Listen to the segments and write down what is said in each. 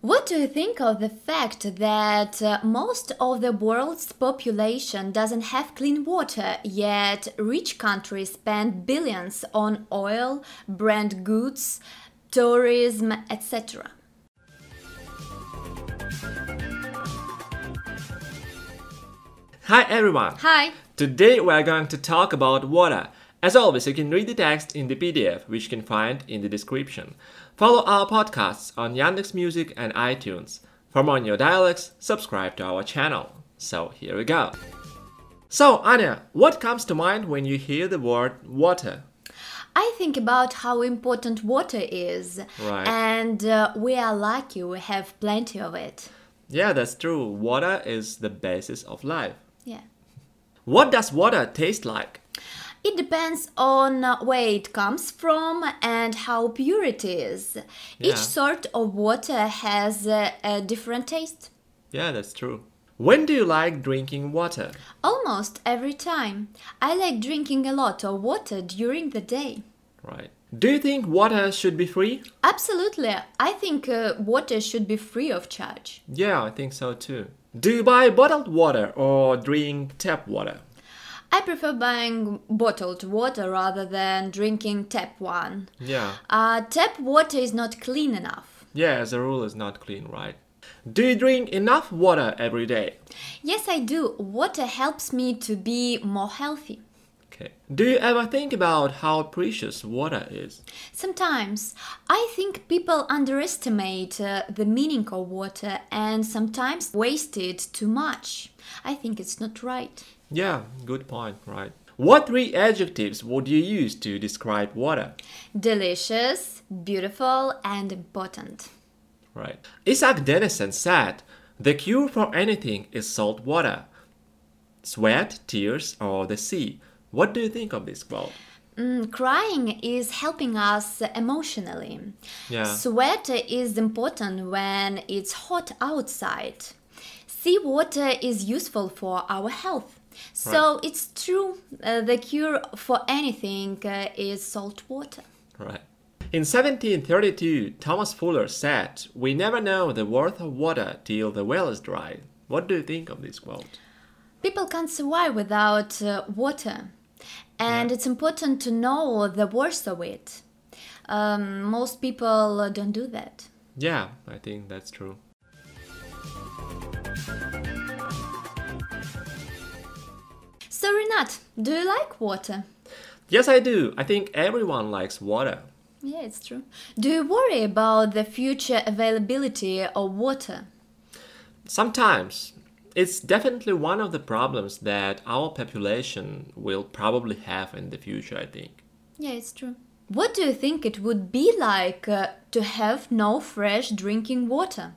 What do you think of the fact that uh, most of the world's population doesn't have clean water, yet rich countries spend billions on oil, brand goods, tourism, etc.? Hi everyone! Hi! Today we are going to talk about water. As always, you can read the text in the PDF, which you can find in the description. Follow our podcasts on Yandex Music and iTunes. For more new dialects, subscribe to our channel. So here we go. So Anya, what comes to mind when you hear the word water? I think about how important water is, Right. and uh, we are lucky we have plenty of it. Yeah, that's true. Water is the basis of life. Yeah. What does water taste like? It depends on uh, where it comes from and how pure it is. Yeah. Each sort of water has a, a different taste, Yeah, that's true. When do you like drinking water? almost every time. I like drinking a lot of water during the day. Right. Do you think water should be free? Absolutely, I think uh, water should be free of charge. Yeah, I think so too. Do you buy bottled water or drink tap water? I prefer buying bottled water rather than drinking tap one. Yeah. Uh, tap water is not clean enough. Yeah, as a rule, it's not clean, right? Do you drink enough water every day? Yes, I do. Water helps me to be more healthy. Okay. Do you ever think about how precious water is? Sometimes I think people underestimate uh, the meaning of water and sometimes waste it too much. I think it's not right. Yeah, good point, right? What three adjectives would you use to describe water? Delicious, beautiful, and important. Right. Isaac Dennison said, The cure for anything is salt water. Sweat, tears, or the sea. What do you think of this quote? Mm, crying is helping us emotionally. Yeah. Sweat is important when it's hot outside. Seawater is useful for our health. So it's true, uh, the cure for anything uh, is salt water. Right. In 1732, Thomas Fuller said, We never know the worth of water till the well is dry. What do you think of this quote? People can't survive without uh, water, and it's important to know the worst of it. Um, most people uh, don't do that. Yeah, I think that's true. So, Renat, do you like water? Yes, I do. I think everyone likes water. Yeah, it's true. Do you worry about the future availability of water? Sometimes. It's definitely one of the problems that our population will probably have in the future, I think. Yeah, it's true. What do you think it would be like uh, to have no fresh drinking water?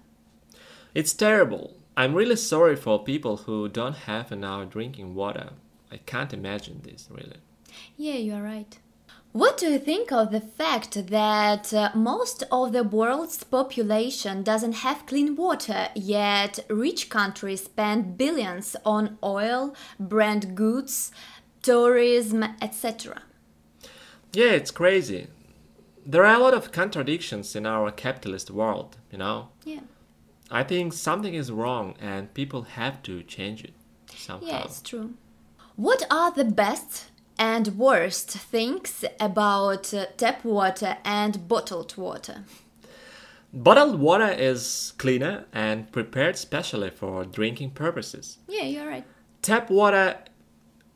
It's terrible. I'm really sorry for people who don't have enough drinking water. I can't imagine this, really. Yeah, you are right. What do you think of the fact that uh, most of the world's population doesn't have clean water, yet rich countries spend billions on oil, brand goods, tourism, etc.? Yeah, it's crazy. There are a lot of contradictions in our capitalist world, you know? Yeah. I think something is wrong and people have to change it somehow. Yeah, it's true. What are the best and worst things about uh, tap water and bottled water? Bottled water is cleaner and prepared specially for drinking purposes. Yeah, you're right. Tap water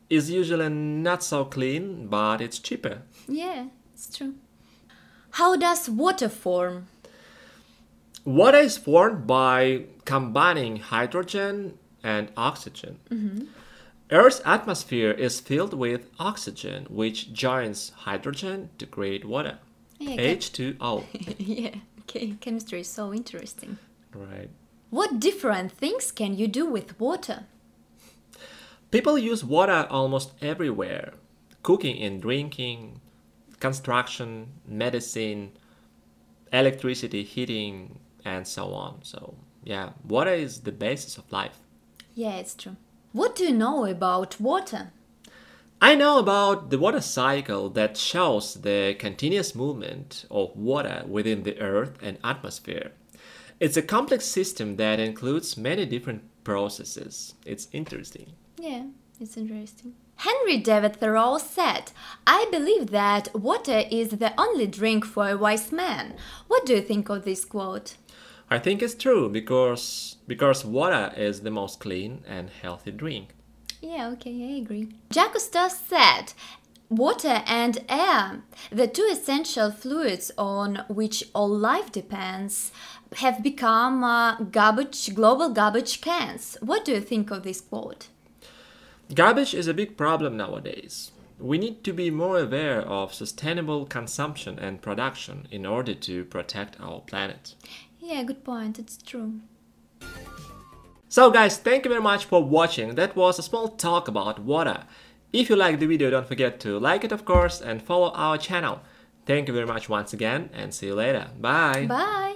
is usually not so clean, but it's cheaper. Yeah, it's true. How does water form? Water is formed by combining hydrogen and oxygen. Earth's atmosphere is filled with oxygen, which joins hydrogen to create water. Yeah, okay. H2O. yeah, okay. Chemistry is so interesting. right. What different things can you do with water? People use water almost everywhere cooking and drinking, construction, medicine, electricity, heating, and so on. So, yeah, water is the basis of life. Yeah, it's true. What do you know about water? I know about the water cycle that shows the continuous movement of water within the earth and atmosphere. It's a complex system that includes many different processes. It's interesting. Yeah, it's interesting. Henry David Thoreau said, I believe that water is the only drink for a wise man. What do you think of this quote? I think it's true because because water is the most clean and healthy drink. Yeah, okay, I agree. Jacques Cousteau said, Water and air, the two essential fluids on which all life depends, have become uh, garbage, global garbage cans. What do you think of this quote? Garbage is a big problem nowadays. We need to be more aware of sustainable consumption and production in order to protect our planet. Yeah, good point, it's true. So guys, thank you very much for watching. That was a small talk about water. If you liked the video, don't forget to like it of course and follow our channel. Thank you very much once again and see you later. Bye. Bye!